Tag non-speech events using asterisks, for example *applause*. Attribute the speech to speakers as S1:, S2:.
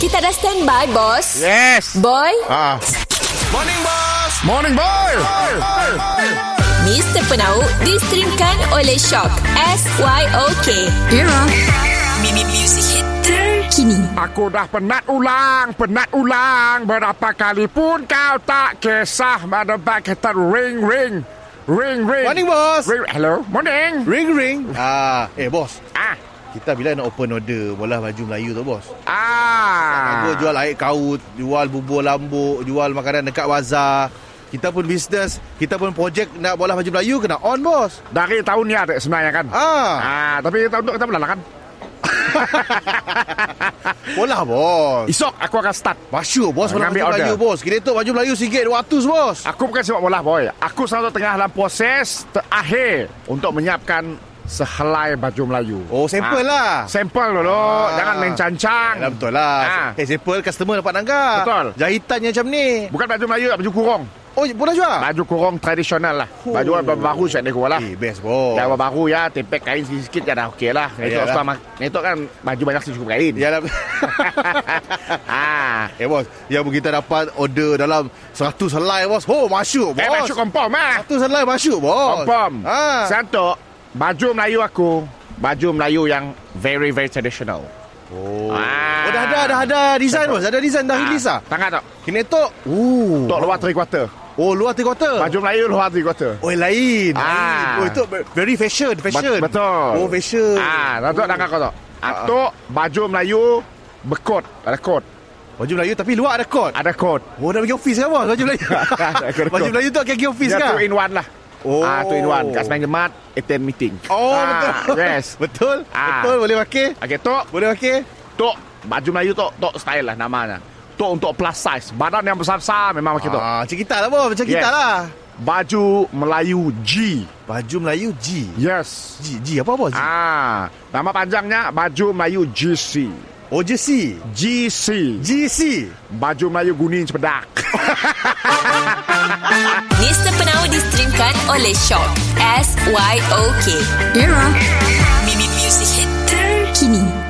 S1: Kita dah standby, bos.
S2: Ya.
S3: Yes.
S1: Boy,
S3: Ah.
S2: Morning Boss
S3: Morning boy.
S1: Mr. Penau distrimkan oleh Shock. S-Y-O-K. Era. Mimi Music Hit terkini.
S3: Aku dah penat ulang, penat ulang berapa kali pun kau tak kisah merebak kita ring ring. Ring ring.
S2: Morning Boss
S3: Ring, hello. Morning.
S2: Ring ring ah, Eh Boss
S3: Ah.
S2: Kita bila nak open order Bola baju Melayu tu Boss
S3: Ah.
S2: Aku jual air kaut Jual bubur lambuk Jual makanan dekat wazar kita pun bisnes Kita pun projek Nak bola baju Melayu Kena on bos
S3: Dari tahun ni ada sebenarnya kan?
S2: Ah,
S3: Ah, tapi tahun tu kita belah kan?
S2: Bola bos
S3: Esok aku akan start.
S2: Masya bos Bola baju
S3: Ambil order. Ah.
S2: Melayu bos Kira tu baju Melayu sikit 200 bos
S3: Aku bukan sepak bola boy. Aku selalu tengah dalam proses terakhir untuk menyiapkan sehelai baju Melayu.
S2: Oh,
S3: Ah.
S2: sampel lah.
S3: Sampel dulu,
S2: Ah.
S3: jangan main cancang.
S2: Yalah, betul lah
S3: Ah.
S2: Eh simple customer dapat nanggap
S3: Betul.
S2: Jahitannya macam ni
S3: Bukan baju Melayu, lah, baju kurung.
S2: Oh pernah jual?
S3: Baju kurung tradisional lah. Baju
S2: Oh.
S3: oh. baru saya dekat lah.
S2: Eh best bos
S3: Dah baru ya, tempek kain sikit-sikit ya dah okey lah. Itu
S2: Yalah.
S3: sama, itu kan baju banyak sih cukup kain. *laughs*
S2: Ya lah
S3: ah.
S2: Eh bos Yang pun kita dapat order dalam 100 helai bos Oh masuk bos
S3: Eh, baju kompom ah.
S2: 100 helai masuk bos
S3: Kompom.
S2: ha.
S3: Satu, baju Melayu aku, baju Melayu yang very very traditional.
S2: oh.
S3: Ah.
S2: oh dah ada dah ada design bos Ada design dah release lah
S3: Tangan Ah. tak?
S2: Kena tok Oh
S3: Tok luar three quarter.
S2: Oh luar tiga quarter
S3: Baju Melayu luar three quarter.
S2: Oh lain
S3: Ah.
S2: lain. Oh itu very fashion Fashion
S3: Bet- betul.
S2: Oh fashion Oh, Ah.
S3: Ah, dah tok tangkap kau tok. Atok baju Melayu berkot, ada kot.
S2: Baju Melayu tapi luar ada kot
S3: Ada kot.
S2: Oh nak pergi office kan bos Baju
S3: *laughs*
S2: Melayu
S3: Ada
S2: Baju
S3: kot.
S2: Melayu tu akan pergi office
S3: Dia
S2: kan
S3: two in one lah.
S2: Oh.
S3: Ah, two in one. Kat Semayang Jemaat, attend meeting.
S2: Oh
S3: Ah,
S2: betul *laughs*
S3: Yes.
S2: Betul
S3: Ah.
S2: Betul boleh pakai
S3: Okey, tok,
S2: Boleh pakai
S3: tok baju Melayu tok, tok style lah namanya. Tok untuk plus size. Badan yang besar-besar memang macam tu.
S2: Ah, macam kita lah bos, macam kita
S3: Yes.
S2: lah.
S3: Baju Melayu G.
S2: Baju Melayu G.
S3: Yes.
S2: G G apa bos? Ah.
S3: Ah, nama panjangnya baju Melayu GC.
S2: Oh je C.
S3: GC.
S2: GC.
S3: Baju Melayu Guning Cepedak. *laughs*
S1: Mr. Penau distrimkan oleh Shock. S-Y-O-K. Era. Mimi Music Hit terkini.